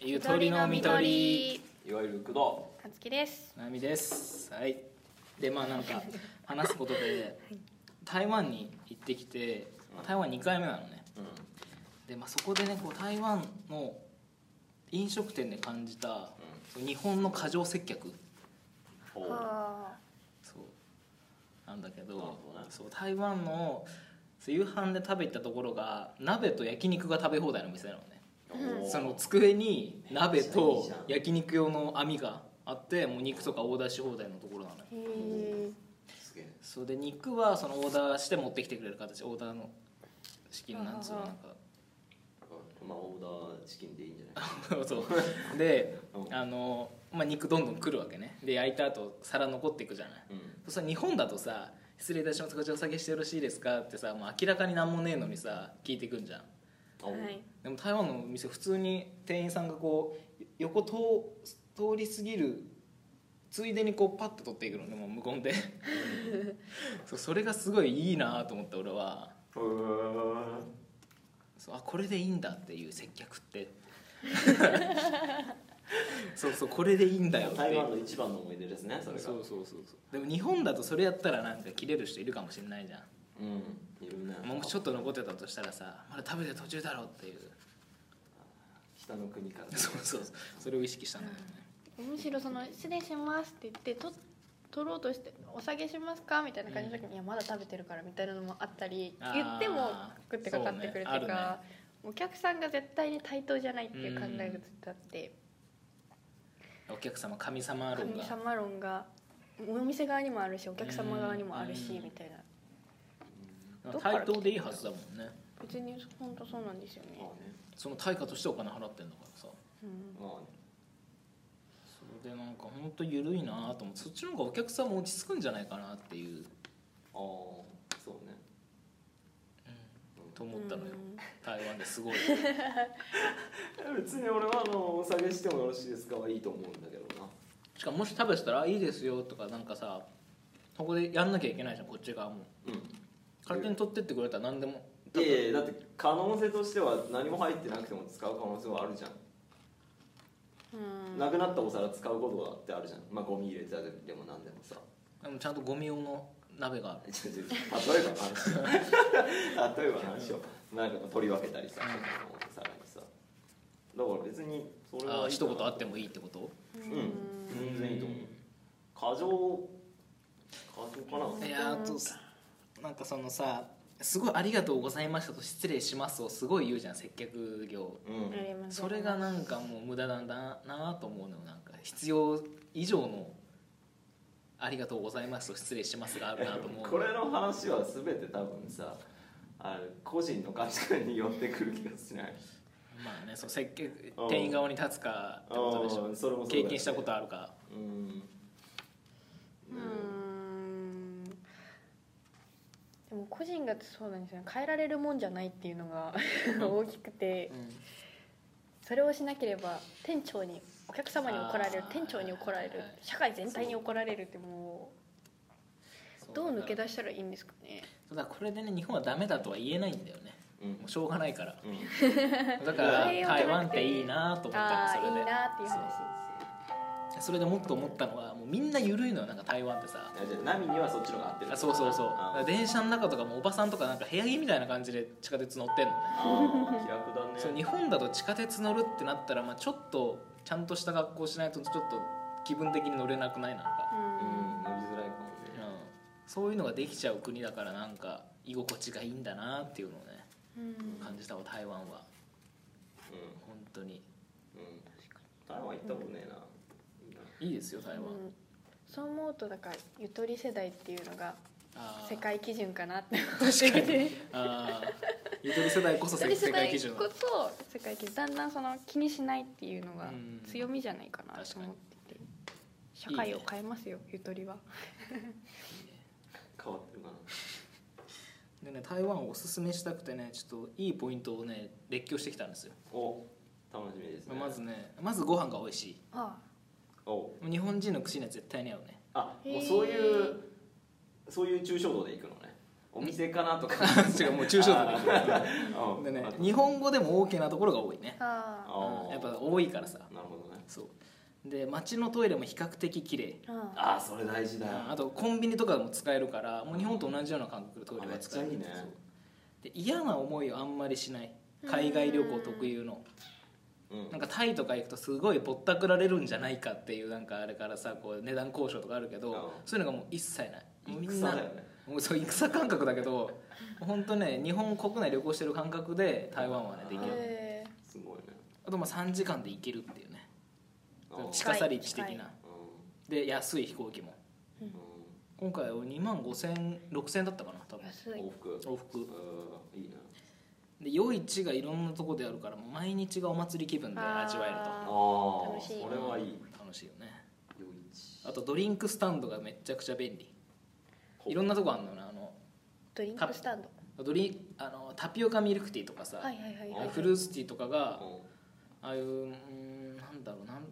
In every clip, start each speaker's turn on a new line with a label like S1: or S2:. S1: ゆとりのみとり
S2: いわゆる工
S3: かつきです
S1: なみですはいでまあなんか話すことで台湾に行ってきてまあ台湾2回目なのね
S2: 藤、うん
S1: で、まあ、そこでねこう台湾の飲食店で感じた日本の過剰接客
S2: おう
S3: は
S1: そうなんだけど
S2: なるほどね
S1: そう台湾の夕飯で食べたところが鍋と焼肉が食べ放題の店なのね
S3: うん
S2: おう
S1: その机に鍋
S2: めっ
S1: と
S2: ちゃいいじゃん
S1: 焼肉用の網があってもう肉とかオーダーし放題のところなのよ
S3: へえ
S2: すげえ
S1: そうで肉はそのオーダーして持ってきてくれる形オーダーの資金なんつうの
S3: あは
S1: な
S3: は
S1: んか
S2: うんまあオーダーチキンでいいんじゃな い
S1: そうで
S2: うん
S1: あの、まあ、肉どんどん来るわけねで焼いた後皿残っていくじゃない
S2: うん
S1: そしたら日本だとさ「失礼いたしますこちらお下げしてよろしいですか?」ってさもう明らかになんもねえのにさ聞いてくんじゃん
S2: おう
S3: はい
S1: でも台湾のお店普通に店員さんがこうよ横通通り過ぎるついでにこうパッと取っていくのねもう無言で そうそれがすごいいいなと思った俺は
S2: へー
S1: そうあこれでいいんだっていう接客って そうそうこれでいいんだよって
S2: 台
S1: いう
S2: 湾の一番の思い出ですねそれが
S1: そうそうそうそうでも日本だとそれやったらなんか切れる人いるかもしれないじゃん
S2: うんいるね
S1: もうちょっと残ってたとしたらさまだ食べてる途中だろっていう
S2: 北の国から
S1: そうそうそれを意識したんだよね、
S3: むしろその「失礼します」って言ってと取ろうとして「お下げしますか?」みたいな感じの時に「いやまだ食べてるから」みたいなのもあったり
S1: あー
S3: 言っても食ってかかってくると
S1: そうねあ
S3: か、お客さんが絶対に対等じゃないっていう考えがずっとあって
S1: お客様神様論
S3: 神
S1: が
S3: 様論がお店側にもあるしお客様側にもあるし
S1: うん
S3: みたいな
S1: でも対等でいいはずだもんね
S3: 別に本当そうなんですよね、
S2: まあね
S1: その対価としてお金払ってんだからさ
S3: うん、
S2: まあね
S1: それでなんかほんと緩いなと思ってそっちの方がお客さんも落ち着くんじゃないかなっていう、
S2: ああそうね
S1: と思ったのよ
S3: うん
S1: 台湾ですごい
S2: 別に俺はあのお下げしてもよろしいですかはいいと思うんだけどな
S1: しかももし食べてたら「いいですよ」とかなんかさそこでやんなきゃいけないじゃんこっち側も
S2: うん
S1: 勝手に取ってってくれたら何でも
S2: いやいやだって可能性としては何も入ってなくても使う可能性はあるじゃん、
S3: うん
S2: なくなったお皿使うことだってあるじゃんまあゴミ入れたでも何でもさ
S1: でもちゃんとゴミ用の鍋がある
S2: ちょちょ例えばの話例えばの話を なんか取り分けたりさ、さらにさだから別にそれ
S1: あ
S2: は
S1: あ一言あっててもいいってこと
S2: うん全然いいと思う過剰過剰か
S1: い
S2: な
S1: やーあとすなんかそのさ「すごいありがとうございました」と「失礼します」をすごい言うじゃん接客業
S2: うん
S3: あります
S1: それがなんかもう無駄なんだなと思うのよなんか必要以上の「ありがとうございます」と「失礼します」があるなと思う
S2: これの話は全て多分さあの個人の価値観に寄ってくる気がしない
S1: まあねそう接客
S2: うん
S1: 店員側に立つかってことでし
S2: う
S1: ょ
S2: んそれもそうだ
S1: 経
S2: よね
S1: 験したことあるか
S2: うん
S3: うーんでも個人がそうなんですよね変えられるもんじゃないっていうのが 大きくてそれをしなければ店長にお客様に怒られ
S1: あ
S3: る
S1: ー
S3: 店長に怒られ
S1: はい
S3: る
S1: はいはい
S3: 社会全体に怒られるってもうどう抜け
S1: だ
S3: 出したらいいんですかね
S1: そうだからこれでね日本はダメだとは言えないんだよね
S2: うん
S1: もうしょうがない から
S2: うん
S1: だから
S3: それを
S1: 台湾っていいなと思ったの
S3: あ
S1: そ
S3: あ
S1: れ
S3: ーい
S1: で
S3: いなっていう話
S1: それでもっと思ったのはもうみんな緩いのよなんか台湾ってさ
S2: いやじゃあナミにはそっちの方が合ってる
S1: あそうそうそうだか
S2: あ
S1: ら電車の中とかもおばさんとかなんか部屋着みたいな感じで地下鉄乗ってんのね
S2: あー気楽だね
S1: そう日本だと地下鉄乗るってなったら、まあ、ちょっとちゃんとした学校しないとちょっと気分的に乗れなくないなんか、
S2: うん乗りづらいかも
S1: うん
S2: ね、
S1: そういうのができちゃう国だからなんか居心地がいいんだなっていうのをね
S3: うんうん
S1: 感じたわ台湾は
S2: う
S1: 本当に
S2: んうん台湾行ったことねえな、いいない
S1: いですよ台湾、
S3: うんそう思うとだからゆとり世代っていうのが
S1: あー
S3: 世界基準かなって思っ
S1: 確
S3: て
S1: かに
S3: て
S1: あーゆとり世代こそ
S3: 一人
S1: 世界
S3: 世代
S1: 基準
S3: こそ世界基準だんだんその気にしないっていうのが
S1: うん
S3: 強みじゃないかなと思ってて社会を変えますよゆとりは
S2: 変わってるかな
S1: でね台湾をおすすめしたくてねちょっといいポイントをね列挙してきたんですよ、
S2: お楽しみですね
S1: まずねまずご飯が美味し
S3: あ
S2: お
S1: い日本人の口には絶対に合うね
S2: あ
S3: へー
S2: もうそういうそういう抽象度で行くのねお店かなとか
S1: 違うもう抽象度でいい
S2: あ
S1: でね
S2: あ
S1: 日本語でも OK なところが多いね
S3: あ
S2: あー
S1: やっぱ多いからさ
S2: なるほどね
S1: そうで街のトイレも比較的綺麗
S3: ーあ
S2: ああそれ大事だ
S1: あとコンビニとかでも使えるからもう日本と同じような感覚でトイレが使える
S2: あめっちゃいいね
S1: そうで嫌な思いをあんまりしない海外旅行特有の
S2: うん
S1: なんかタイとか行くとすごいぼったくられるんじゃないかっていうなんかあれからさこう値段交渉とかあるけ
S2: うん
S1: どそういうのがもう一切ないもうみん
S2: 戦
S1: な
S2: だよね
S1: もうそう戦感覚だけど本当ね日本国内旅行してる感覚で台湾はねでき
S3: ー
S1: る
S3: へ
S2: すごいね
S1: あとまあ3時間で行けるっていうね
S2: あー
S1: 近さ立地的
S3: 近い
S1: な
S2: う
S1: で安い飛行機も
S2: ん
S1: 今回は2万5千6千だったかな多
S3: ー
S1: 分
S3: 安
S2: うん
S3: い
S2: 往復
S1: 往復
S2: うんいいね
S1: で夜市がいろんなとこであるからもう毎日がお祭り気分で味わえる
S2: あ
S3: あ
S2: あ
S3: 楽しい
S2: それはいい
S1: と楽しいよね
S2: 夜市
S1: あとドリンクスタンドがめちゃくちゃ便利いろんなとこあんのよなあの
S3: ドリンクスタンド
S1: ドリあのタピオカミルクティーとかさ、
S3: はいはいはい
S2: あ
S3: はい
S1: フルーツティーとかが
S2: うん
S1: ああいううーんなんだろうなん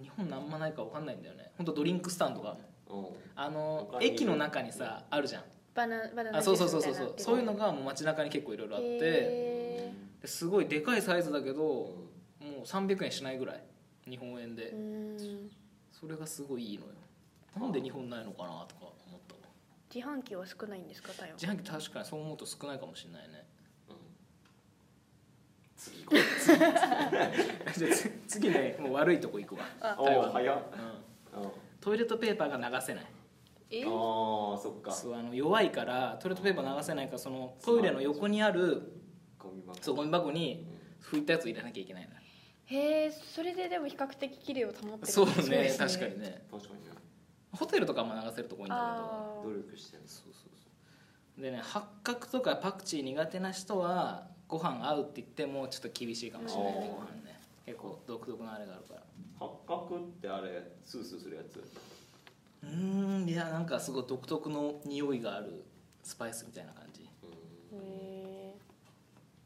S1: 日本なんまないかわかんないんだよね本当ドリンクスタンドがあるの
S2: うん
S1: あの
S2: 他に
S1: 駅の中にさあるじゃん
S3: バナバナナ
S1: あ
S3: ジ
S1: そ
S3: ュ
S1: う
S3: ース
S1: そう
S3: み
S1: そう
S3: た
S1: そそうそう
S3: いうになってる
S1: いうのがもう街中に結構いろいろあって
S3: へ
S1: ですごいでかいサイズだけ
S2: う
S1: ど
S2: ん
S1: もう300円しないぐらい日本円で
S3: ーうーん
S1: それがすごいいいのよなんで日本ないのかなとか思ったわ
S3: 自販機は少ないんですか台湾
S1: 自販機確かにそう思うと少ないかもしれないね
S2: うん次行こう
S1: じゃあつ次ねもう悪いとこ行くわ、
S3: あ
S2: お
S1: 台
S2: お
S1: 湾
S2: 早っ
S1: うん
S2: うんあ
S1: トイレットペーパーが流せない
S3: え
S2: あそっか
S1: そうあの弱いからトイレットペーパー流せないからそのトイレの横にある
S2: ゴミ箱
S1: そうゴミ箱に
S2: うん
S1: 拭いたやつ入れなきゃいけないな
S3: へえそれででも比較的綺麗を保ってるんです
S1: そうね
S3: です
S1: 確かにね
S2: 確かにね
S1: ホテルとかも流せるとこ多いんだけど
S3: あ
S2: 努力してる
S1: そうそうそうでね八角とかパクチー苦手な人はご飯合うって言ってもちょっと厳しいかもしれないね
S2: あー
S1: ご飯ね結構独特のあれがあるから
S2: 八角ってあれスースーするやつ
S1: うーんいやなんかすごい独特の匂いがあるスパイスみたいな感じ
S3: ーへ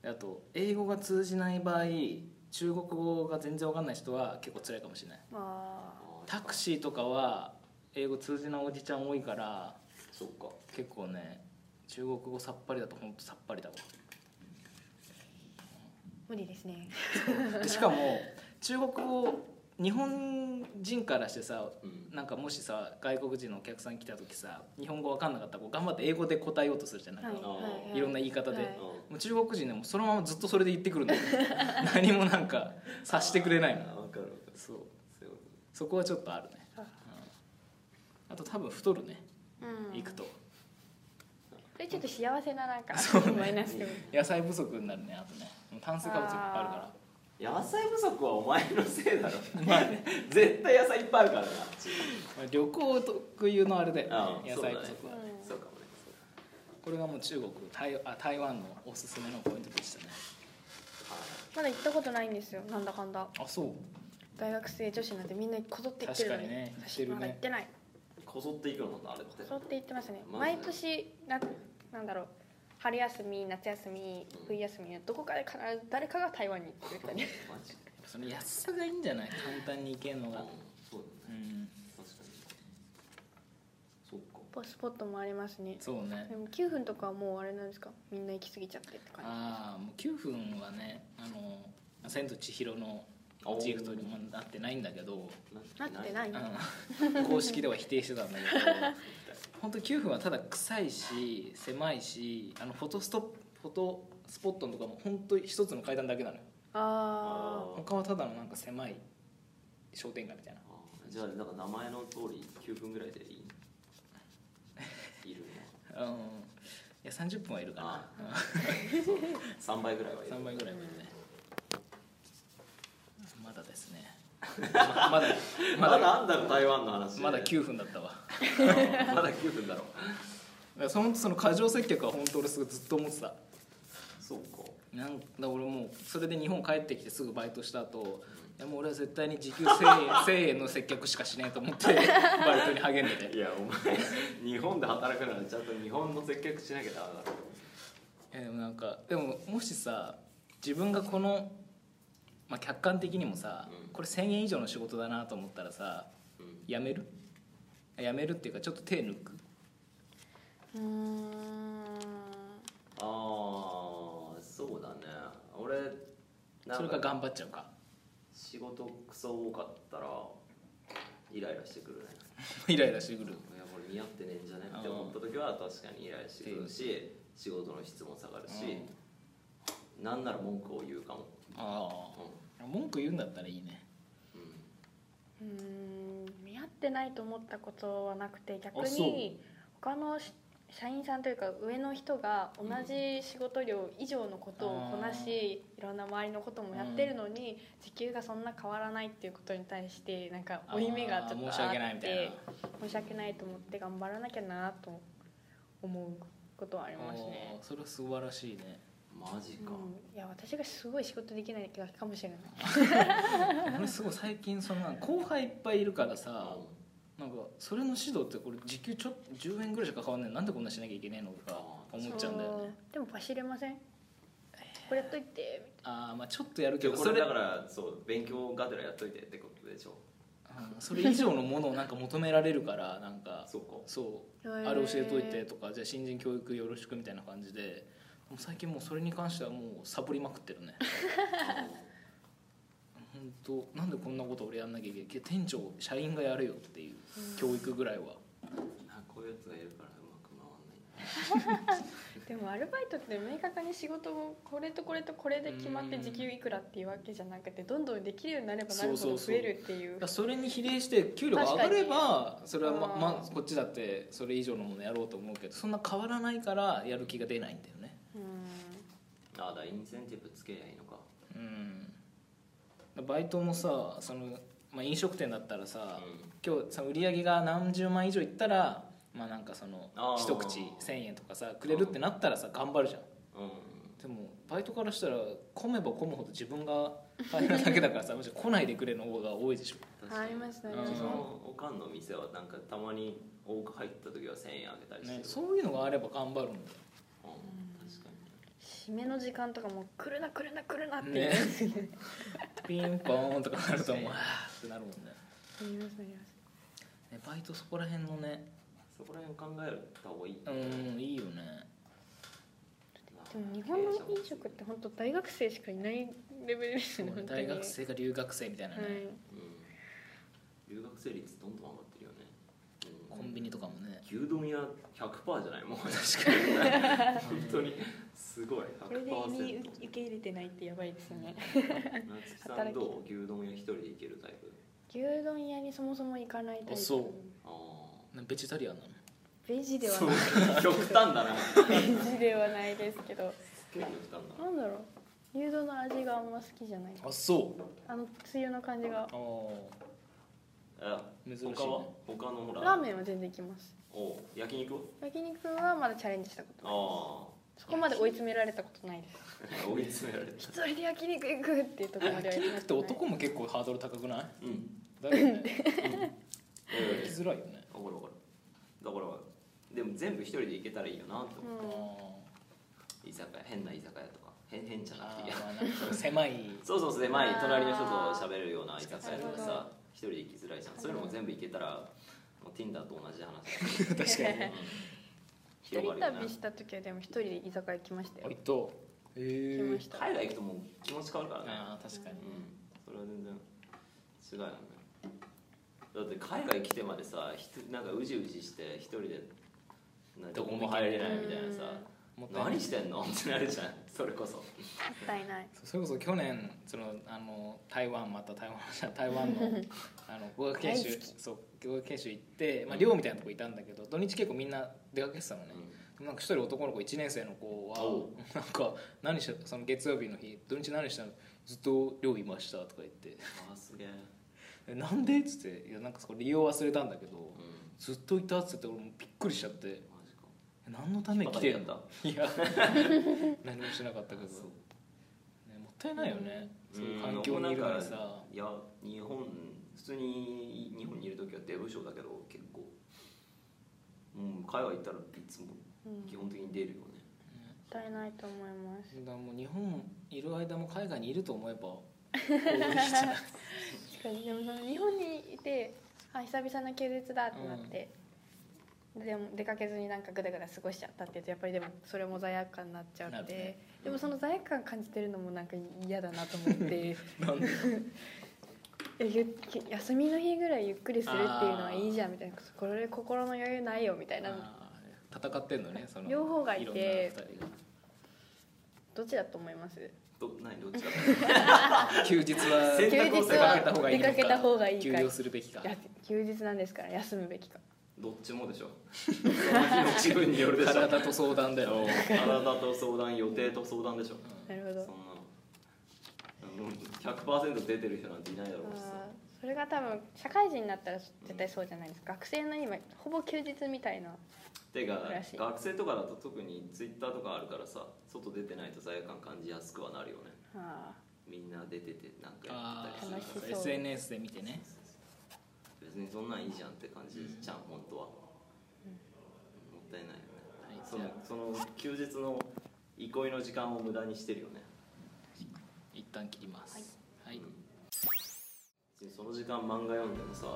S1: であと英語が通じない場合中国語が全然わかんない人は結構辛いかもしれない
S3: ーあ
S1: タクシーとかは英語通じないおじちゃん多いから
S2: ーそっか
S1: 結構ね中国語さっぱりだとほんとさっぱりだわ
S3: ー無理ですね
S1: でしかも中国語日本人からしてさ
S2: うん
S1: なんかもしさ外国人のお客さん来た時さ日本語わかんなかったらこう頑張って英語で答えようとするじゃない、
S3: はい
S1: も
S3: はいはい
S1: いろんな言い方で
S3: はい
S1: もう中国人でもそのままずっとそれで言ってく るんだよ何もなんか察してくれないの
S2: あーわかるわかる
S1: そう
S2: そういうこ
S1: そこはちょっとあるね
S3: あ
S1: あと多分太るね
S3: うん
S1: 行くと
S3: それちょっと幸せななんかマイナスでも
S1: 野菜不足になるねあとね炭水化物いっぱいあるから
S2: と野菜不足はお前のせいだろ絶対野菜いっぱいあるからな
S1: まあ旅行特有のあれだよ
S2: ああ
S1: ね野菜不足
S2: そう
S1: は、
S2: だ
S3: うん
S2: そうかもね
S1: これがもう中国台あ台湾のおすすめのポイントでしたね
S3: まだ行ったことないんですよなんだかんだ
S1: あそう
S3: 大学生女子なんてみんなこぞって行ってるのに
S1: 確かにね
S3: 私まだ行ってない
S2: こぞっていくのなんだあれって
S3: こぞって行ってますね
S2: マジで
S3: 毎年ななんだろう春休み夏休み冬休みどこかで必ず誰かが台湾に行ってるみたいな
S2: マジで
S1: その安さがいいんじゃない簡単に行けるの
S2: うん
S1: が
S2: そうだ
S1: う
S2: ね
S1: ん
S2: 確かにそうか
S3: ポスポットもありますね
S1: そうね
S3: でも9分とかはもうあれなんですかみんな行き過ぎちゃってって感
S1: ああもう9分はね「あの千と千尋」のチーフとにもなってないんだけど、
S3: じなってない
S1: うん
S3: だ
S1: ん 公式では否定してたんだけど 本当9分はただ臭いし狭いしあのフォトストップフォトスポットのとかも本当一つの階段だけなのよ
S3: あ
S2: あ
S1: 他はただのなんか狭い商店街みたいな
S2: あーじゃあなんか名前の通り9分ぐらいでいいいるね
S1: うんいや30分はいるか な
S2: 3倍ぐらいはいる
S1: 3倍ぐらいはいるねまだです ねままだ
S2: ま
S1: ま
S2: だ
S1: だ
S2: なんだろう台湾の話
S1: まだ9分だったわ
S2: うんまだ9分だろ
S1: だからそのその過剰接客は本当俺すごいずっと思ってた
S2: そうか
S1: なんだから俺もうそれで日本帰ってきてすぐバイトした後いやもう俺は絶対に時給1000円 ,1000 円の接客しかしねえと思って バイトに励んでて
S2: いやお前日本で働くならちゃんと日本の接客しなきゃダメだろ
S1: えでもなんかでももしさ自分がこの、まあ、客観的にもさ、
S2: うん
S1: これ1000円以上の仕事だなと思ったらさ
S2: うん
S1: やめるやめるっていうかちょっと手抜く
S3: ーうーん
S2: なん
S1: それか頑張っちゃうか
S2: 仕事クソ多かったらイライラしてくるね
S1: イライラしてくる
S2: いやこれ似合ってねえんじゃねって思った時は確かにイライラしてくるし仕事の質も下がるし、なんなら文句を言うかも、
S1: あ
S2: う
S1: あ文句言うんだったらいいね
S2: んうん
S3: うーん見合ってないと思ったことはなくて逆
S1: あそう
S3: に他のし社員さんというか上の人が同じ仕事量以上のことをこなし、いろんな周りのこともやってるのに、時給がそんな変わらないっていうことに対してなんか負い目がちょっとあ
S1: あー
S3: って
S1: 申し訳ないみたいな
S3: 申し訳ないと思って頑張らなきゃなと思うことはありますね
S1: あ。ーそれは素晴らしいね
S2: マジか、
S3: うん、いや私がすごい仕事できないだけかもしれない。
S1: 俺すごい最近そのなんか後輩いっぱいいるからさ
S2: うん
S1: なんかそれの指導ってこれ時給ちょっと10円ぐらいしか変わんないなんでこんなしなきゃいけないのとか思っちゃうんだよね
S3: そうでも走れません。これやっといて
S1: ああまあちょっとやるけ
S2: 今
S1: ど
S2: 日こ
S1: そ
S2: れ
S1: れ
S2: だからそう勉強がてらやっといてってことでしょ
S1: うんそれ以上のものをなんか求められるからなんか
S2: そう か
S1: そう
S3: みたいな。
S1: あれ教えといて
S3: へー。
S1: とかじゃあ新人教育よろしくみたいな感じででも最近もうそれに関してはもうサボりまくってるね本当なんでこんなこと俺やんなきゃいけないいや店長社員がやれよっていう教育ぐらいは
S2: あこういうやつがいるからうまく回んない
S3: でもアルバイトって明確に仕事をこれとこれとこれで決まって時給いくらっていうわけじゃなくてどんどんできるようになればなるほ
S1: そうそ
S3: ど
S1: う
S3: 増
S1: そう
S3: えるっていう
S1: だからそれに比例して給料が上がればそれはま
S3: あー
S1: まこっちだってそれ以上のものやろうと思うけどそんな変わらないからやる気が出ないんだよね
S3: う
S2: あだからインセンティブつけりゃいいのか
S1: うんバイトもさその、まあ、飲食店だったらさ、
S2: うん
S1: 今日さ売り上げが何十万以上いったらまあなんかその
S2: あー
S1: 一口1,000円とかさくれるってなったらさ頑張るじゃん
S2: うん
S1: でもバイトからしたら混めば混むほど自分が大変なだけだから さむしろ来ないでくれの方が多いでしょ
S2: 確
S3: ん、ありますね
S1: う
S2: うんちのおかんの店はなんかたまに多く入った時は1000円あげたりして
S1: ね
S2: る、
S1: そういうのがあれば頑張るんだよ
S2: うん、確かに
S3: 締めの時間とかもう来るな来るな来るなって言い
S1: ね
S3: ますね
S1: ピンポーンとかな るともうあーってなるもんね
S3: 言います言います
S1: ねバイトそこら辺のね
S2: そこら辺考えた方がいい、
S1: うんいいよね
S2: まあ
S3: でも日本の飲
S2: 経営者も
S3: 食って本当大学生しかいないレベルですよね本当に
S1: 大学生か留学生みたいなね、
S2: うん留学生率どんどん上がってるよね、うん
S1: コンビニとかもね
S2: 牛丼屋100%じゃないもう確かに本当にすごい
S3: はい、これで移民
S2: 100%
S3: 受け入れてないってやばいですよね
S2: 夏木さんどう牛丼屋一人で行けるタイプ
S3: 牛丼屋にそもそも行かないタ
S1: あ
S3: イプ
S1: そう
S2: ああ
S1: ベジタリアンなの
S3: ベジでは
S2: そう
S3: ない
S2: 極端だな
S3: ベジではないですけど
S2: すげえ極端だな
S3: なんだろう牛丼の味があんま好きじゃない
S1: あそう
S3: あのつゆの感じが
S1: ああ
S2: あ
S1: 珍しいね
S2: 他は他のほら
S3: ラーメンは全然いきます
S2: おう焼肉は
S3: 焼肉はまだチャレンジしたことない
S2: あ
S3: そこまで追い詰められたことないです
S2: あ追い詰められた
S3: 一人で焼肉行くっていうところまでは
S1: 焼
S3: 行き
S1: 肉っ
S3: ましてた
S1: 男も結構ハードル高く ない
S2: うん
S1: だよね
S2: え
S1: 行きづらいよね
S2: え分かる分かるだからでも全部一人で行けたらいいよなと思っ
S1: あ
S3: うん
S2: て居酒屋変な居酒屋とか変変じゃ
S1: ー
S2: なく
S1: あ
S2: ていいや
S1: ーまあなんか狭い
S2: そうそうそうで前
S3: あー
S2: 隣の人と喋るような居酒屋とか
S3: なるほ
S2: さ一人で行きづらいじゃんそういうのも全部行けたらもう Tinder と同じ話だね
S1: 確かに
S2: うん
S1: ね
S3: 一人
S2: 広がるよ
S3: 旅
S2: ね
S3: した時はでも一人で居酒屋行きましたよ
S1: あとへ
S3: 行き
S1: え
S3: ました
S2: 海外行くともう気持ち変わるからね
S1: あー確かに
S2: うんそれは全然違うよねだって海外来てまでさひとなんかうじうじして一人でなどこも入れないみたいなさ
S1: もったいない
S2: 何してんのってなるじゃんそれこそ
S3: もったいない
S1: それこそ去年そのあの台湾また台湾じゃ台湾のあの語学研修
S3: 大好
S1: そう語学研修行って、まあ、寮みたいなとこいたんだけど土日結構みんな出かけてたのね、なんか一人男の子1年生の子は
S2: お
S1: なんか何しその月曜日の日土日何したのずっと寮いましたとか言って
S2: ああすげえ
S1: えなんでっつっていやなんかそこ理由忘れたんだけど
S2: うん
S1: ずっといたっつって俺もびっくりしちゃってえ
S2: マジか
S1: 何のために来てん
S2: 引っ張
S1: の
S2: ら
S1: い や何もしなかったけど、
S2: そう
S1: ねもったいないよね、そういう環境
S2: うん
S1: にいるのに
S2: なん
S1: さ
S2: かいや日本普通に日本にいる時は出不精だけど結構うん海外行ったらいつも
S3: うんも
S2: 基
S3: っ
S2: 本的に出るよね
S3: たいないと思います
S1: だからもう日本いる間も海外にいると思えば こういう人だ
S3: 確かにでもその日本にいてあ久々の休日だってなって、でも出かけずになんかぐだぐだ過ごしちゃったって言うとやっぱりでもそれも罪悪感になっちゃう
S1: なる
S3: ので、
S1: ね
S3: でもその罪悪感感じてるのもなんか嫌だなと思って
S1: なんで
S3: えゆ休みの日ぐらいゆっくりするっていうのはいいじゃんみたいなこれ心の余裕ないよみたいな
S1: あー戦ってんのねその
S3: 両方がいて
S1: ろんな二人が
S3: どっちだと思います
S2: ど何どっちか
S1: 休日は
S2: 選
S3: 休日
S2: 択を出かけた
S3: は出かけた
S1: 方
S3: 方が
S1: が
S3: い
S1: いい
S3: い
S1: のか
S3: か
S1: 休養するべきか
S3: いや休日なんですから休むべきか
S2: どっちもでしょその日の気分によるでしょ
S1: 体と相談だよ
S2: 体と相談予定と相談でしょ
S3: なるほ
S2: そん
S3: ど
S2: なのうん100%出てる人なんていないだろうしさ
S3: あーそれが多分社会人になったら絶対そうじゃないですか、学生の今ほぼ休日みたいな
S2: てか
S3: らしい
S2: 学生とかだと特にツイッターとかあるからさ外出てないと罪悪感感じやすくはなるよね
S3: あ
S2: みんな出ててなんかや
S1: あ
S2: って
S1: ー
S2: たり
S3: 楽
S2: す
S3: し
S2: る
S3: そ
S2: か
S3: う
S2: ら
S3: い
S1: SNS で見てね
S2: 別にそんなんいいじゃんって感じじゃん、本当は、もったいないよね
S1: はい
S2: そ
S1: じ
S2: の
S1: ゃあ
S2: その休日の憩いの時間を無駄にしてるよね、
S1: 一旦切りますはい、
S2: うん別にその時間漫画読んでもさ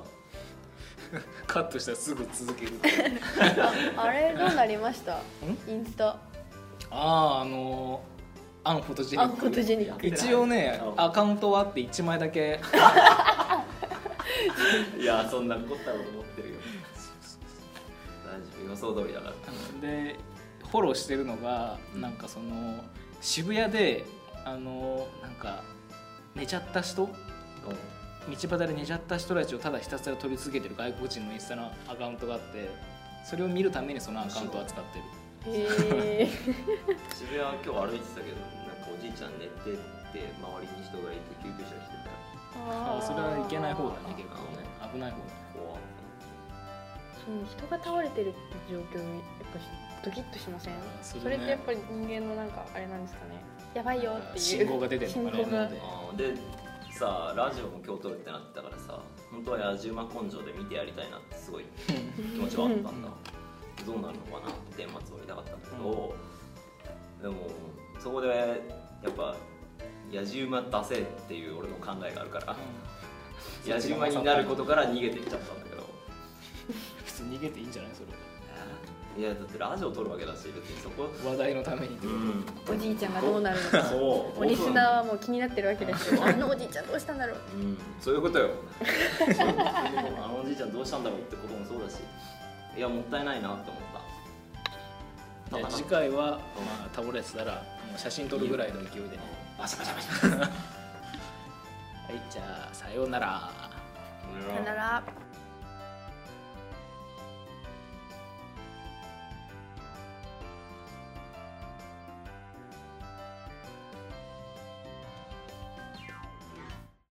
S1: カットしたらすぐ続ける
S3: ーあれどうなりましたインスタ
S1: あああのーアンフォトジェ
S3: あ
S1: ニ
S3: フォトジェニッ
S1: ッ
S3: ク
S1: ク一応ね
S2: うん
S1: アカウントはあって1枚だけ
S2: いやそんな凝ったこと思ってるよ大丈夫予想通りだから
S1: でフォローしてるのがなんかその渋谷であのなんか寝ちゃった人道端で寝ちゃった人たちをただひたすら撮り続けてる外国人のインスタのアカウントがあってそれを見るためにそのアカウントを扱ってる
S3: へえ
S2: 渋谷は今日歩いてたけどなんかおじいちゃん寝てて周りに人がいて救急車来てたら
S1: あそれはいけない方だね結
S2: あ
S1: 構ね危ない方だね
S2: 怖っ
S3: その人が倒れてるって状況にやっぱドキッとしません
S1: それね
S3: それってやっぱり人間のなんかあれなんですかねやばいよっていう
S1: 信号が出てるのかな
S3: 信号が
S1: 今まで
S2: あーでさラジオも今日撮るってなってたからさ本当は野じ馬根性で見てやりたいなってすごい気持ちはあったんだどうなるのかなって年末を見たかったんだけど、でもそこでやっぱ野じ馬出せっていう俺の考えがあるから野じ馬になることから逃げてきちゃったんだけど
S1: 普通逃げていいんじゃないそ
S2: いやだってラジオ撮るわけだし別にそこ
S1: れ話題のために
S2: ん
S3: おじいちゃんがどうなるのか
S2: そう
S3: もうリスナーはもう気になってるわけですよあのおじいちゃんどうしたんだろう
S2: うんそういうことよそうそうあのおじいちゃんどうしたんだろうってこともそうだしいやもったいないなって思った
S1: じゃあ次回は、まあ、倒れてたらもう写真撮るぐらいの勢いでね
S2: バシャバシャバシ
S1: はいじゃあさようなら
S2: ャ
S3: さよなら